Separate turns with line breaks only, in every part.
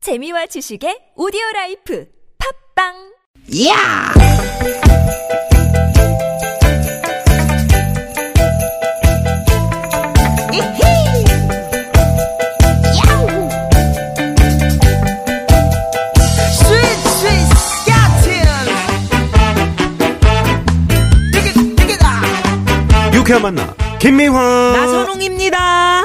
재미와 지식의 오디오 라이프 팝빵!
야! 이히! 야우! 스윗 스윗 스카틴! 디귿 디귿아!
유쾌한 만나 김미화
나선홍입니다.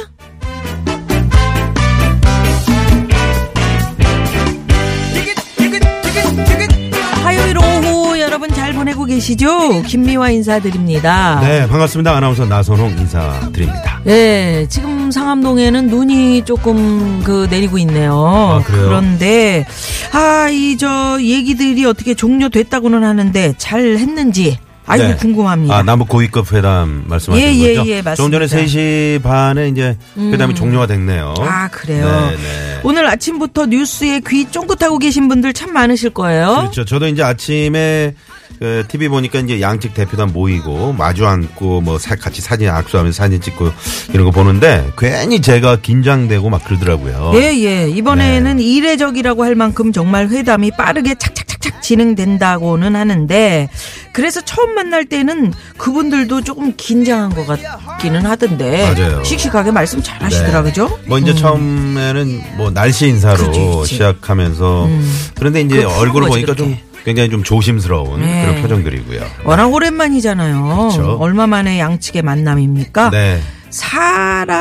디귿 디귿 디귿 디귿
화요일 오후 여러분 잘 보내고 계시죠? 김미화 인사드립니다.
네 반갑습니다 아나운서 나선홍 인사드립니다
네, 지금 상암동에는 눈이 조금 그 내리고 있네요.
아, 그래요?
런데 아, 이 저 얘기들이 어떻게 종료됐다고는 하는데 잘 했는지 아이고
네.
궁금합니다.
아 남북 고위급 회담 말씀하신
예, 예,
거죠?
예, 맞습니다. 음.
좀 전에 3시 반에 이제 회담이 종료가 됐네요
아, 그래요.
네, 네.
오늘 아침부터 뉴스에 귀 쫑긋하고 계신 분들 참 많으실 거예요.
그렇죠 저도 이제 아침에 그 TV 보니까 이제 양측 대표단 모이고 마주 앉고 뭐 사- 같이 사진 악수하면서 사진 찍고 이런 거 보는데 괜히 제가 긴장되고 막 그러더라고요
예, 예. 이번에는
네.
이례적이라고 할 만큼 정말 회담이 빠르게 착착착착 진행된다고는 하는데 그래서 처음 만날 때는 그분들도 조금 긴장한 것 같기는 하던데
맞아요.
씩씩하게 말씀 잘 하시더라 그죠?
뭐 이제 처음에는 뭐 날씨 인사로
음. 그치, 그치.
시작하면서 그런데 이제
그거 푸는
얼굴을
거지,
보니까
그렇게.
좀 굉장히 좀 조심스러운
네.
그런 표정들이고요.
워낙 오랜만이잖아요.
그쵸.
얼마 만에 양측의 만남입니까?
네.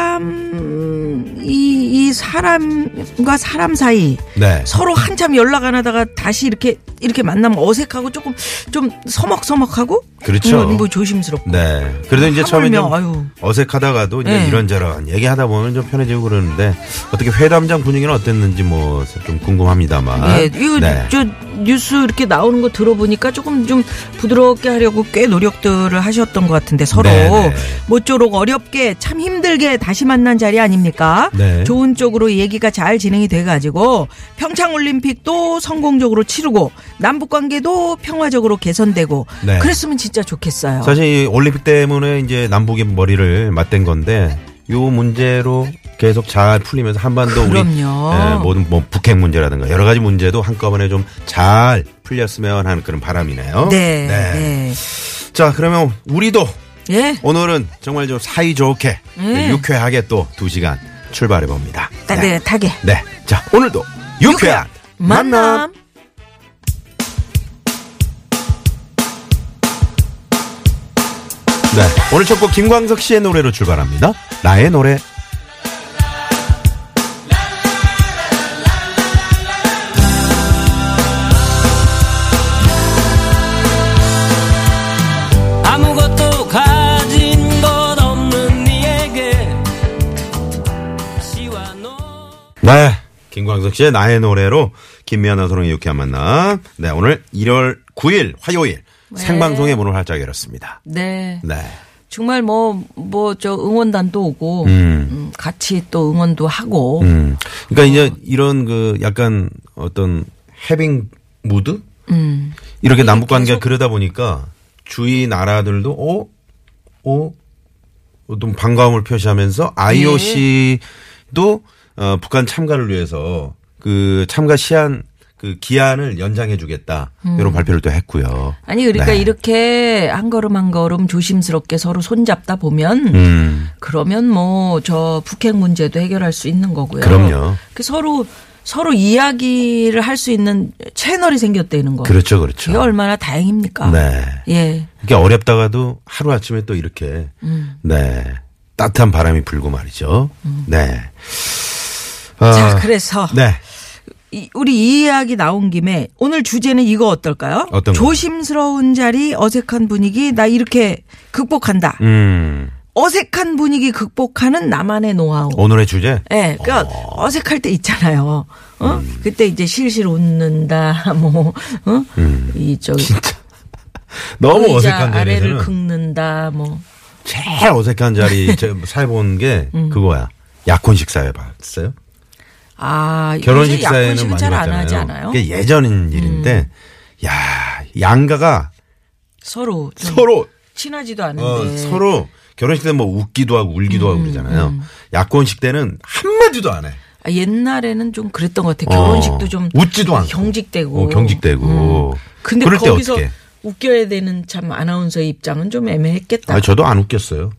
사람 이, 이 사람과 사람 사이
네.
서로 한참 연락 안 하다가 다시 이렇게 이렇게 만나면 어색하고 조금 좀 서먹서먹하고
그렇죠.
뭐, 뭐 조심스럽고
네. 그래도 이제 처음에
하물며,
좀
아유.
어색하다가도 이제
네.
이런저런 얘기하다 보면 좀 편해지고 그러는데 어떻게 회담장 분위기는 어땠는지 뭐 좀 궁금합니다만. 네.
예, 이거 저 뉴스 이렇게 나오는 거 들어보니까 조금 좀 부드럽게 하려고 꽤 노력들을 하셨던 것 같은데 서로
네, 네.
모쪼록 어렵게 참 힘들게 다시 만난 자리 아닙니까?
네.
좋은 쪽으로 얘기가 잘 진행이 돼가지고 평창올림픽도 성공적으로 치르고 남북관계도 평화적으로 개선되고
네.
그랬으면 진짜 좋겠어요.
사실 이 올림픽 때문에 이제 남북의 머리를 맞댄 건데 요 문제로 계속 잘 풀리면서 한반도 우리
그럼요.
예, 모든 뭐 북핵 문제라든가 여러 가지 문제도 한꺼번에 좀 잘 풀렸으면 하는 그런 바람이네요. 네.
네, 네.
자 그러면 우리도
예.
오늘은 정말 좀 사이 좋게
네.
유쾌하게 또 두 시간 출발해 봅니다.
따뜻하게.
네. 자 오늘도 유쾌한, 만남.
만남.
네. 오늘 첫 곡 김광석 씨의 노래로 출발합니다. 나의 노래.
아무것도 가진 것 없는 이에게 시와 노
네. 김광석 씨의 나의 노래로 김미아나 소롱의 유쾌한 만남. 네. 오늘 1월 9일 화요일 생방송의 문을 활짝 열었습니다.
네.
네.
정말 뭐, 뭐, 저 응원단도 오고, 음, 같이 또 응원도 하고,
음. 그러니까 이제 이런 그 약간 어떤 해빙 무드?
음.
이렇게 남북 관계가 그러다 보니까 주위 나라들도 어? 어? 어떤 반가움을 표시하면서 IOC도
네.
어, 북한 참가를 위해서 그 참가 시한 그 기한을 연장해 주겠다. 이런 발표를 또 했고요.
음. 아니 그러니까
네.
이렇게 한 걸음 한 걸음 조심스럽게 서로 손잡다 보면
음.
그러면 뭐 저 북핵 문제도 해결할 수 있는 거고요.
그럼요.
그 서로 서로 이야기를 할 수 있는 채널이 생겼다는 거예요.
그렇죠. 그렇죠.
게 얼마나 다행입니까?
네.
예.
이게 어렵다가도 하루 아침에 또 이렇게
음.
네 따뜻한 바람이 불고 말이죠. 네. 아,
자, 그래서
네
이- 우리 이 이야기 나온 김에 오늘 주제는 이거 어떨까요?
어떤 거요?
조심스러운 자리, 어색한 분위기, 나 이렇게 극복한다.
음,
어색한 분위기 극복하는 나만의 노하우.
오늘의 주제
예, 그니까
아.
어색할 때 있잖아요. 어?
음.
그때 이제 실실 웃는다, 뭐, 어? 이, 저,
음. 너무
의자
어색한
아래를 네.
자리에서는
긁는다, 뭐.
제일 어색한 자리 살본 게
음.
그거야. 약혼식 사회 봤어요?
아,
결혼식
요새 약혼식은
사회는 많이
잘안
봤잖아요. 그러니까
하지 않아요? 음.
그게 예전 일인데 야 양가가
서로 좀
서로
친하지도 않은데.
어,
음,
서로 결혼식 때 뭐 웃기도 하고 울기도 하고 그러잖아요. 약혼식 때는 한마디도 안 해.
아, 아, 옛날에는 좀 그랬던 것 같아.
어,
결혼식도 좀
웃지도 않고.
경직되고. 음.
어, 경직되고.
근데
그럴 때
거기서
어떻게?
웃겨야 되는 참 아나운서 입장은 좀 애매했겠다.
아,
아,
저도 아, 안 웃겼어요.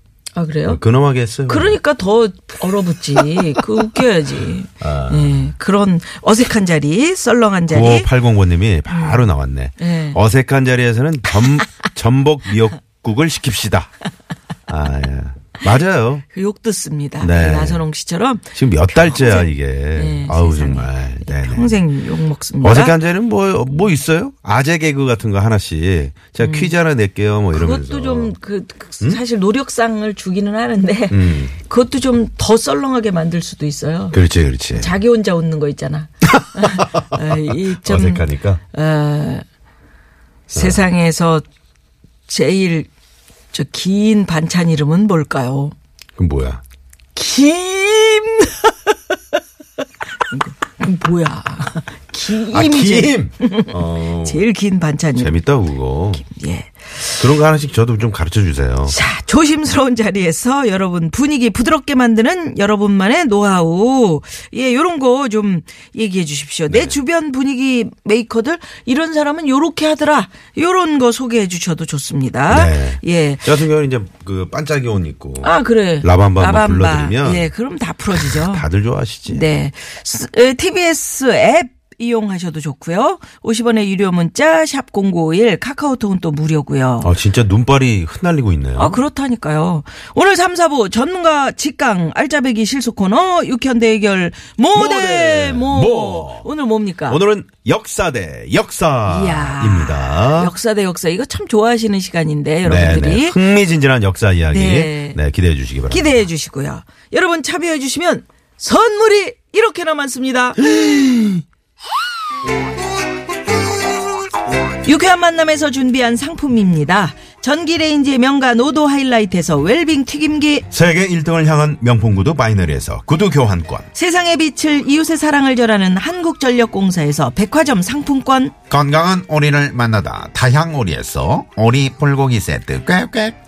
그래요?
근엄하게 했어요.
그러니까 더 얼어붙지. 그 웃겨야지.
아.
예, 그런 어색한 자리, 썰렁한 자리. 음.
9580번님이 바로 나왔네.
네.
어색한 자리에서는 전, 전복 미역국을 시킵시다. 아, 예. 맞아요.
그 욕도 씁니다. 그
네.
나선홍 씨처럼
지금 몇 달째야, 이게.
네,
아우,
세상에. 예,
정말. 네네.
평생 욕 먹습니다.
어색한 자리는 뭐, 뭐 있어요? 아재 개그 같은 거 하나씩. 제가 퀴즈 하나 낼게요, 뭐 이러면서.
음. 그것도 좀 그 사실 노력상을 주기는 하는데
음.
그것도 좀 더 썰렁하게 만들 수도 있어요.
그렇지, 그렇지.
자기 혼자 웃는 거 있잖아. 아, 이좀
어색하니까.
어, 세상에서 제일 저 긴 반찬 이름은 뭘까요?
그럼 뭐야?
김. 이거 뭐야? 김.
아, 김! 어,
제일 긴 반찬 이름.
재밌다, 그거.
예.
그런 거 하나씩 저도 좀 가르쳐 주세요.
자, 조심스러운 자리에서 여러분 분위기 부드럽게 만드는 여러분만의 노하우. 예, 요런 거 좀 얘기해 주십시오. 내
네.
주변 분위기 메이커들 이런 사람은 요렇게 하더라. 요런 거 소개해 주셔도 좋습니다.
네.
예.
저 같은 경우는 이제 그 반짝이 옷 입고.
아, 그래.
라밤바 한번 불러드리면
예, 그럼 다 풀어지죠.
다들 좋아하시지.
네. 스- 에, TBS 앱 이용하셔도 좋고요. 50원의 유료 문자 샵 0951 카카오톡은 또 무료고요.
아, 진짜 눈발이 흩날리고 있네요.
아, 그렇다니까요. 오늘 3, 4부 전문가 직강 알짜배기 실속 코너 육현대 해결 모대
모대
모.
모.
오늘 뭡니까?
오늘은 역사 대
이야.
역사입니다.
역사 대 역사. 이거 참 좋아하시는 시간인데
뭐? 네, 네.
여러분들이
흥미진진한 역사 이야기.
네.
네. 기대해 주시기 바랍니다.
기대해 주시고요. 여러분 참여해 주시면 선물이 이렇게나 많습니다. 유쾌한 만남에서 준비한 상품입니다. 전기레인지 명가 노도 하이라이트에서 웰빙 튀김기
세계 1등을 향한 명품 구두 바이너리에서 구두 교환권.
세상의 빛을 이웃의 사랑을 전하는 한국전력공사에서 백화점 상품권
건강한 오리를 만나다 다향 오리에서 오리 불고기 세트 꽥꽥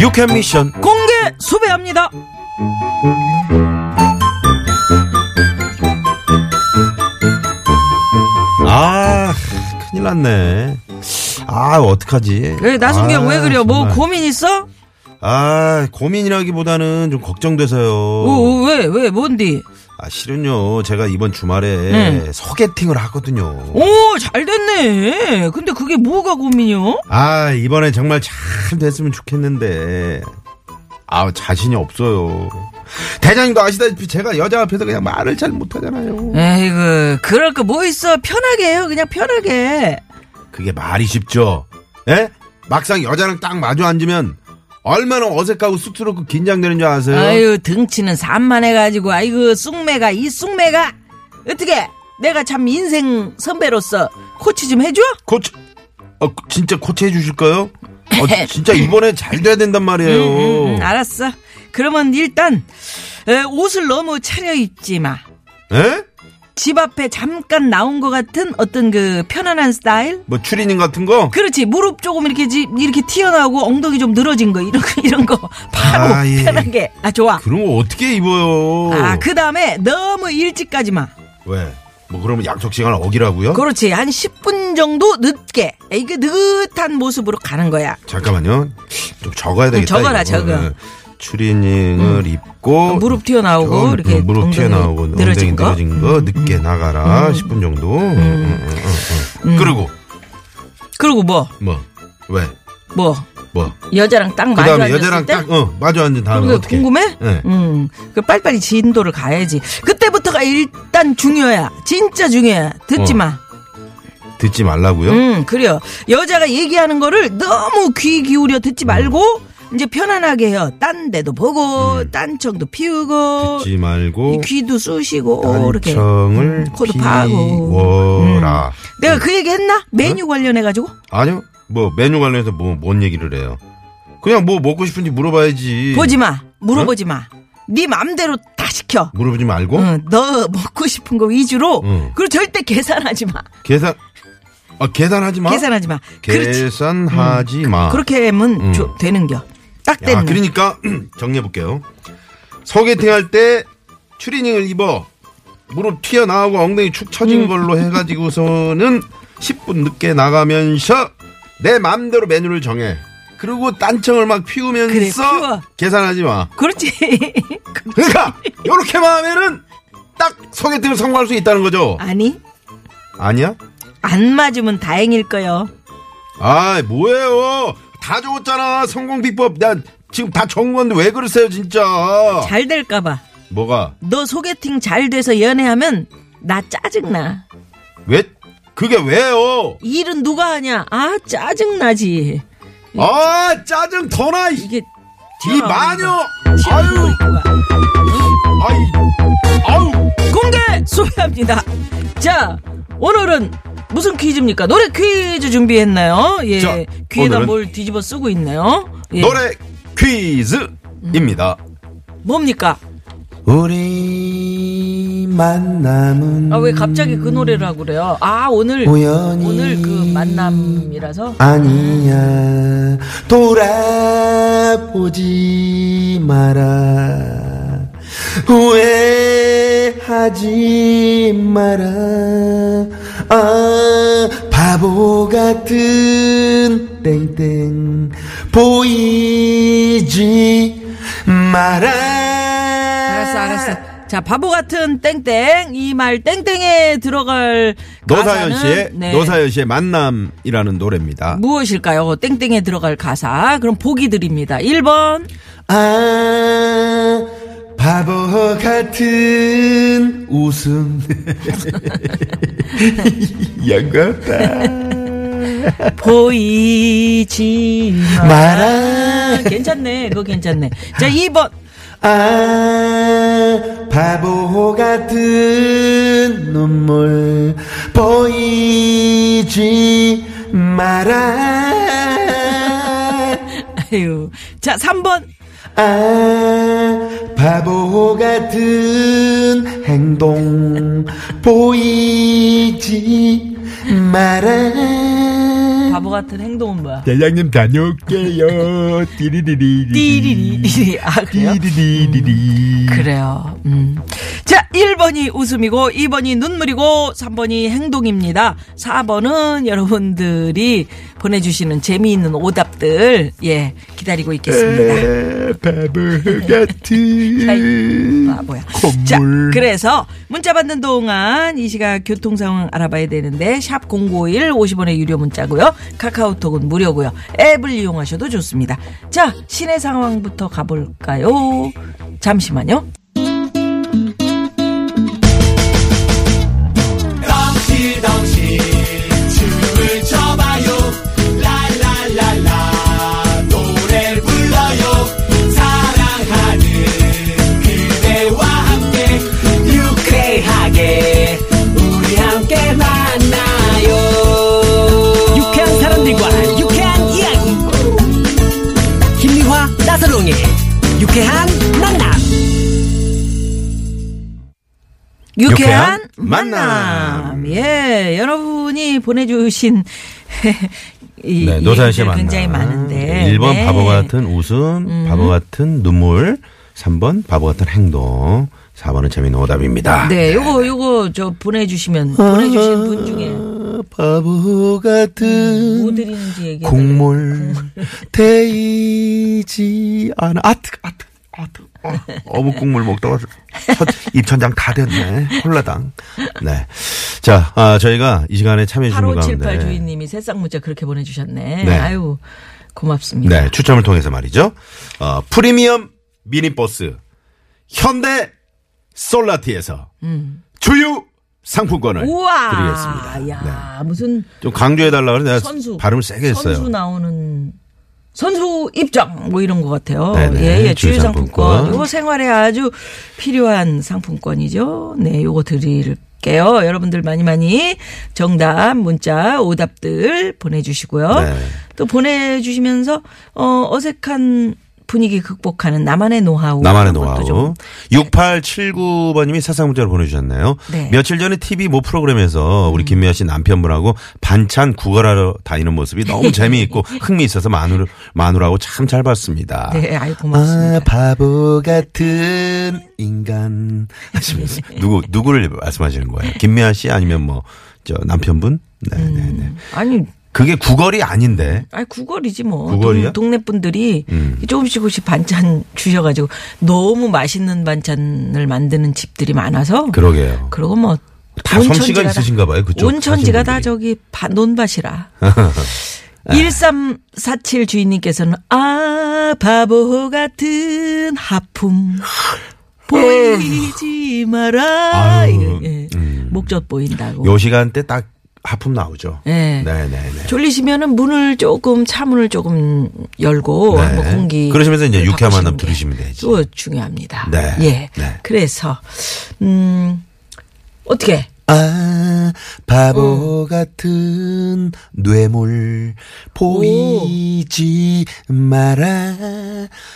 유캔 미션
공개 수배합니다
아 큰일 났네. 아 어떡하지?
왜 나순경
아,
왜 그래요 뭐
정말.
고민 있어?
아 고민이라기보다는 좀 걱정돼서요.
어, 왜왜 뭔디?
아 실은요 제가 이번 주말에
네.
소개팅을 하거든요.
오 잘 됐네 근데 그게 뭐가 고민이요?
아 이번에 정말 잘 됐으면 좋겠는데 아 자신이 없어요. 대장님도 아시다시피 제가 여자 앞에서 그냥 말을 잘 못하잖아요.
에이구 그럴 거 뭐 있어 편하게 해요 그냥 편하게
그게 말이 쉽죠. 예? 막상 여자랑 딱 마주 앉으면 얼마나 어색하고 쑥스럽고 긴장되는 줄 아세요?
아유 등치는 산만해가지고 아이고 쑥매가 이 쑥매가 어떻게 내가 참 인생 선배로서 코치 좀 해줘?
코치, 어, 진짜 코치해 주실까요? 어, 진짜 이번에 잘 돼야 된단 말이에요.
네. 음, 알았어. 그러면 일단 에, 옷을 너무 차려 입지 마.
예?
집 앞에 잠깐 나온 것 같은 어떤 그 편안한 스타일?
뭐 추리닝 같은 거?
그렇지 무릎 조금 이렇게 지- 이렇게 튀어나오고 엉덩이 좀 늘어진 거 이런 거 이런 거 바로
아, 예.
편하게 아 좋아.
그런 거 어떻게 입어요?
아 그 다음에 너무 일찍까지 마.
왜? 뭐 그러면 약속 시간을 어기라고요?
그렇지. 한 10분 정도 늦게. 이게 느긋한 모습으로 가는 거야.
잠깐만요. 좀 적어야 되겠다.
음, 적어라,
이거.
적어. 음. 아,
예. 추리닝을 입고
무릎 튀어나오고
좀 음,
이렇게
무릎
엉덩이
튀어나오고
늘어진
엉덩이
거? 음,
늘어진 거 늦게 나가라 10분 정도. 음, 음, 음, 음. 그리고
그리고 뭐,
뭐 왜?
뭐,
뭐?
여자랑 딱 마주
그다음에
앉았을
여자랑
때?
딱 어, 마주 앉은 다음에
그거
어떻게?
궁금해?
예.
음. 그 빨리빨리 진도를 가야지. 그때부터가 일단 중요야. 진짜 중요야. 듣지
어.
마.
듣지 말라고요?
음, 그래요. 여자가 얘기하는 거를 너무 귀 기울여 듣지 말고 이제 편안하게 해요. 딴 데도 보고 딴 청도 피우고
음. 듣지 말고
이 귀도 쑤시고 이렇게
단청을
음, 코도 어. 파고.
피워라.
내가 그 얘기 했나?
어?
메뉴 관련해 가지고?
아니요. 뭐 메뉴 관련해서 뭐 뭔 얘기를 해요? 그냥 뭐 먹고 싶은지 물어봐야지.
보지 마. 물어보지 마. 네 맘대로 다 시켜.
물어보지 어. 말고
응, 너 먹고 싶은 거 위주로.
응.
그리고 절대 계산하지 마.
계산 아 계산하지 마.
계산하지 마. 그렇지.
계산하지 마.
그렇게 하면
음.
조- 되는겨. 딱
야,
되는. 거.
그러니까 정리해 볼게요. 소개팅 할 때 추리닝을 입어 무릎 튀어나오고 엉덩이 축 처진
음.
걸로 해가지고서는 10분 늦게 나가면서 내 마음대로 메뉴를 정해. 그리고 딴청을 막 피우면서
그래, 피워.
계산하지 마.
그렇지.
그러니까 이렇게만 하면은 딱 소개팅을 성공할 수 있다는 거죠.
아니,
아니야?
안 맞으면 다행일 거요.
아 뭐예요? 다 적었잖아 성공 비법. 나 지금 다 적은 건데 왜 그러세요 진짜? 어.
잘 될까봐.
뭐가?
너 소개팅 잘 돼서 연애하면 나 짜증나.
왜 그게 왜요?
일은 누가 하냐? 아, 짜증나지.
아 짜증 더나 이,
이게
이 마녀 아유 아이 아우
공개 소개합니다. 자, 오늘은 무슨 퀴즈입니까? 노래 퀴즈 준비했나요? 예.
자,
귀에다
오늘은
뭘 뒤집어 쓰고 있나요? 예.
노래 퀴즈입니다.
뭡니까?
우리 만남은
아, 왜 갑자기 그 노래를 하고 그래요? 아, 오늘
우연히
오늘 그 만남이라서
아.
아니야 돌아보지 마라 후회하지 마라 아 바보 같은 땡땡 보이지 마라
알았어, 알았어. 자, 바보 같은 땡땡 이 말 땡땡에 들어갈
노사연
가사는,
씨의
네, 뭐?
노사연 씨의 만남이라는 노래입니다.
무엇일까요? 땡땡에 들어갈 가사. 그럼 보기 드립니다. 1번.
아 바보 같은 웃음 양갑다
보이지 아,
마라
괜찮네. 그거 괜찮네. 자, 2번.
아 바보 같은 눈물 보이지 마라
아유. 자, 3번.
아 바보 같은 행동 보이지 마라
바보 같은 행동은 뭐야?
대장님 다녀올게요 띠리리리리
띠리리리. 아, 그래요?
띠리리리리
그래요. 음. 자, 1번이 웃음이고, 2번이 눈물이고, 3번이 행동입니다. 4번은 여러분들이 보내주시는 재미있는 오답들, 예, 기다리고 있겠습니다.
아, 바보 같은
네,
아이, 바보야. 자,
콧물.
그래서 문자 받는 동안 이 시각 교통 상황 알아봐야 되는데 샵 051 50원의 유료 문자고요. 카카오톡은 무료고요. 앱을 이용하셔도 좋습니다. 자, 시내 상황부터 가볼까요? 잠시만요.
유쾌한 사람들과 유쾌한 이야기 김미화 나서롱의 유쾌한 만남
유쾌한,
유쾌한
만남.
만남.
예, 여러분이 보내주신 이
네, 노사연 씨의
얘기들
만남.
네,
굉장히 많은데
1번
네.
음.
바보 같은 웃음, 바보 같은 눈물, 3번 바보 같은 행동, 4번은 재미있는 오답입니다.
네, 요거 요거 저 보내주시면 보내주신 분 중에
아,
바보 같은
뭐 드리는지 얘기.
국물
음.
데이지 않아 아트 아트 아트 어, 어묵 국물 먹다가 첫 입천장 다 됐네 홀라당 네. 네자 아, 저희가 이 시간에 참여해 주신
8578
가운데
주인님이 새싹 문자 그렇게 보내주셨네.
네.
아유 고맙습니다.
네 추첨을 통해서 말이죠 어, 프리미엄 미니버스 현대 솔라티에서 주유 상품권을
음. 우와.
네, 드리겠습니다 네.
야 무슨
좀 강조해 달라 그래서 내가
선수
발음을 세게 했어요
선수 나오는 선수 입장 뭐 이런 것 같아요.
네네.
예예 주유
주유 상품권.
상품권. 요거 생활에 아주 필요한 상품권이죠. 네 요거 드릴게요. 여러분들 많이 많이 정답 문자 오답들 보내주시고요.
네.
또 보내주시면서 어, 어색한 분위기 극복하는 나만의 노하우
나만의
이런 것도 좀
노하우. 6879번님이 사상 문자로 보내주셨네요.
네.
며칠 전에 TV 모 프로그램에서 우리 김미아 씨 남편분하고 반찬 구걸하러 다니는 모습이 너무 재미있고 흥미 있어서 마누, 마누라고 참 잘 봤습니다.
네, 아이
아,
고맙습니다.
바보 같은 인간 하시면서 누구 누구를 말씀하시는 거예요? 김미아 씨 아니면 뭐 저 남편분? 네, 네, 네.
아, 니
그게 구걸이 아닌데.
아니 구걸이지 뭐.
구걸이야? 음.
동, 네 분들이 조금씩 조금씩 반찬 주셔가지고 너무 맛있는 반찬을 만드는 집들이 많아서.
그러게요.
그러고 뭐.
다
온천지가
솜씨가
다-
있으신가 봐요, 그쪽
온천지가 다
사시는 분들이. 예.
저기 바- 논밭이라. 1347 주인님께서는 아 바보 같은 하품 보이지 마라
아유, 음.
예, 예. 목젖 보인다고
요 시간대 딱 하품 나오죠.
예.
네, 네, 네.
졸리시면은 문을 조금 차문을 조금 열고
네.
한번 공기
그러시면서 이제 유쾌한
바꾸시는
만남
게
들으시면 되지.
또 중요합니다.
네.
예.
네.
그래서 음 어떻게
아, 바보 같은 뇌물 보이지 마라.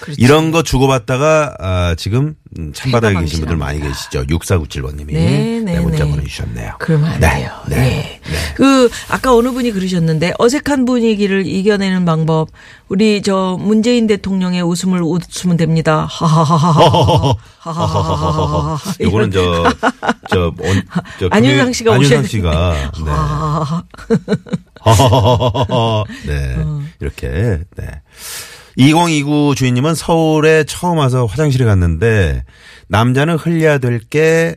그렇지.
이런 거 주고받다가 아, 지금 음, 찬바다에 계신 분들
해방망신합니다.
많이 계시죠. 6497번님이
네, 네,
문자
네.
보내주셨네요.
그러면 안
네,
돼요.
네,
예. 그 아까 어느 분이 그러셨는데 어색한 분위기를 이겨내는 방법 우리 저 문재인 대통령의 웃음을 웃으면 됩니다. 하하하하. 하하하하.
요거는 저, 저, 온, 저
안윤상 씨가 아. 오셔야
안윤상 씨가. 네.
하하하하.
네.
어.
이렇게, 네. 2029 주인님은 서울에 처음 와서 화장실에 갔는데, 남자는 흘려야 될 게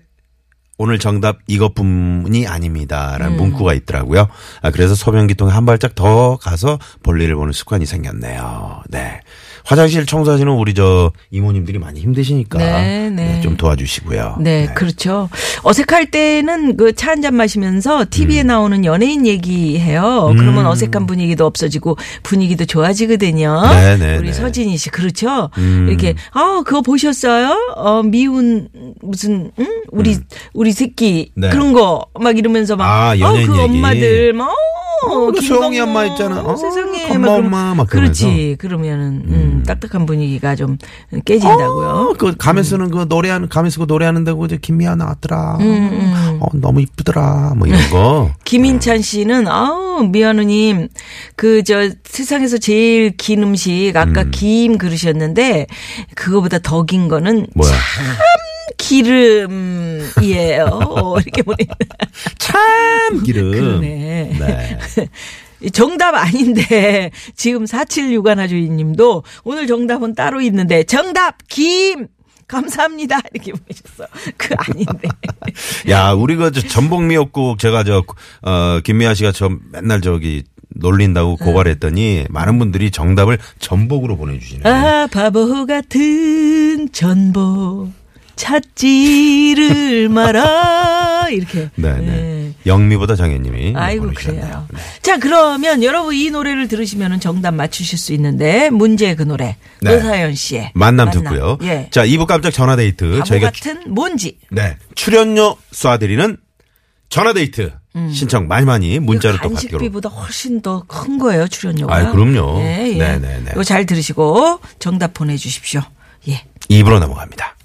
오늘 정답 이것뿐이 아닙니다.
음.
라는 문구가 있더라고요. 아, 그래서 소변기통에 한 발짝 더 가서 볼일을 보는 습관이 생겼네요. 네. 화장실 청소하시는 우리 저 이모님들이 많이 힘드시니까
네, 네.
좀 도와주시고요.
네, 그렇죠. 어색할 때는 그 차 한 잔 마시면서 TV에
음.
나오는 연예인 얘기해요. 그러면 어색한 분위기도 없어지고 분위기도 좋아지거든요.
네, 네, 음.
우리
네.
서진이 씨, 그렇죠. 이렇게 아 그거 보셨어요? 어 미운 무슨 응? 우리 우리 새끼
음. 네.
그런 거 막 이러면서 막
아, 연예인
어, 그
얘기.
엄마들 막
어,
어,
그
김건모,
소영이 엄마 있잖아. 어,
세상에
건모
그러면-
엄마 막
그렇지. 그러면은 음, 딱딱한 분위기가 좀 깨진다고요.
어, 그 가면 쓰는 그 노래하는 가면 쓰고 노래하는 데고 이제 김미아
음,
나왔더라. 어, 너무 이쁘더라. 뭐 이런 거.
김인찬 씨는 아우 미아누님 그 저 세상에서 제일 긴 음식 아까 김 그러셨는데 그거보다 더 긴 거는
뭐야?
기름이에요 이렇게 보내
참 기름.
그러네.
네.
정답 아닌데 지금 476 하나 주인님도 오늘 정답은 따로 있는데 정답 김 감사합니다 이렇게 보내셨어 그 아닌데
야, 우리가 저 전복 미역국 제가 저 어, 김미아 씨가 저 맨날 저기
음.
놀린다고 고발했더니 많은 분들이 정답을 전복으로 보내주시네요.
아 바보 같은 전보 찾지를 마라 이렇게.
네,
네.
네. 영미보다 장현님이
아이고
보내주셨네요.
그래요. 자 그러면 여러분 이 노래를 들으시면 정답 맞추실 수 있는데 문제의 그 노래
네.
노사연 씨의
만남, 듣고요.
예.
자, 2부 깜짝 전화데이트.
바보
저희가
같은 뭔지
네. 출연료 쏴드리는 전화데이트 신청 많이 많이 문자로 또 받기로.
음. 간식비보다 훨씬 더 큰 거예요 출연료가.
아이, 그럼요.
예, 예.
네네네.
이거 잘 들으시고 정답 보내주십시오. 예.
2부로 넘어갑니다.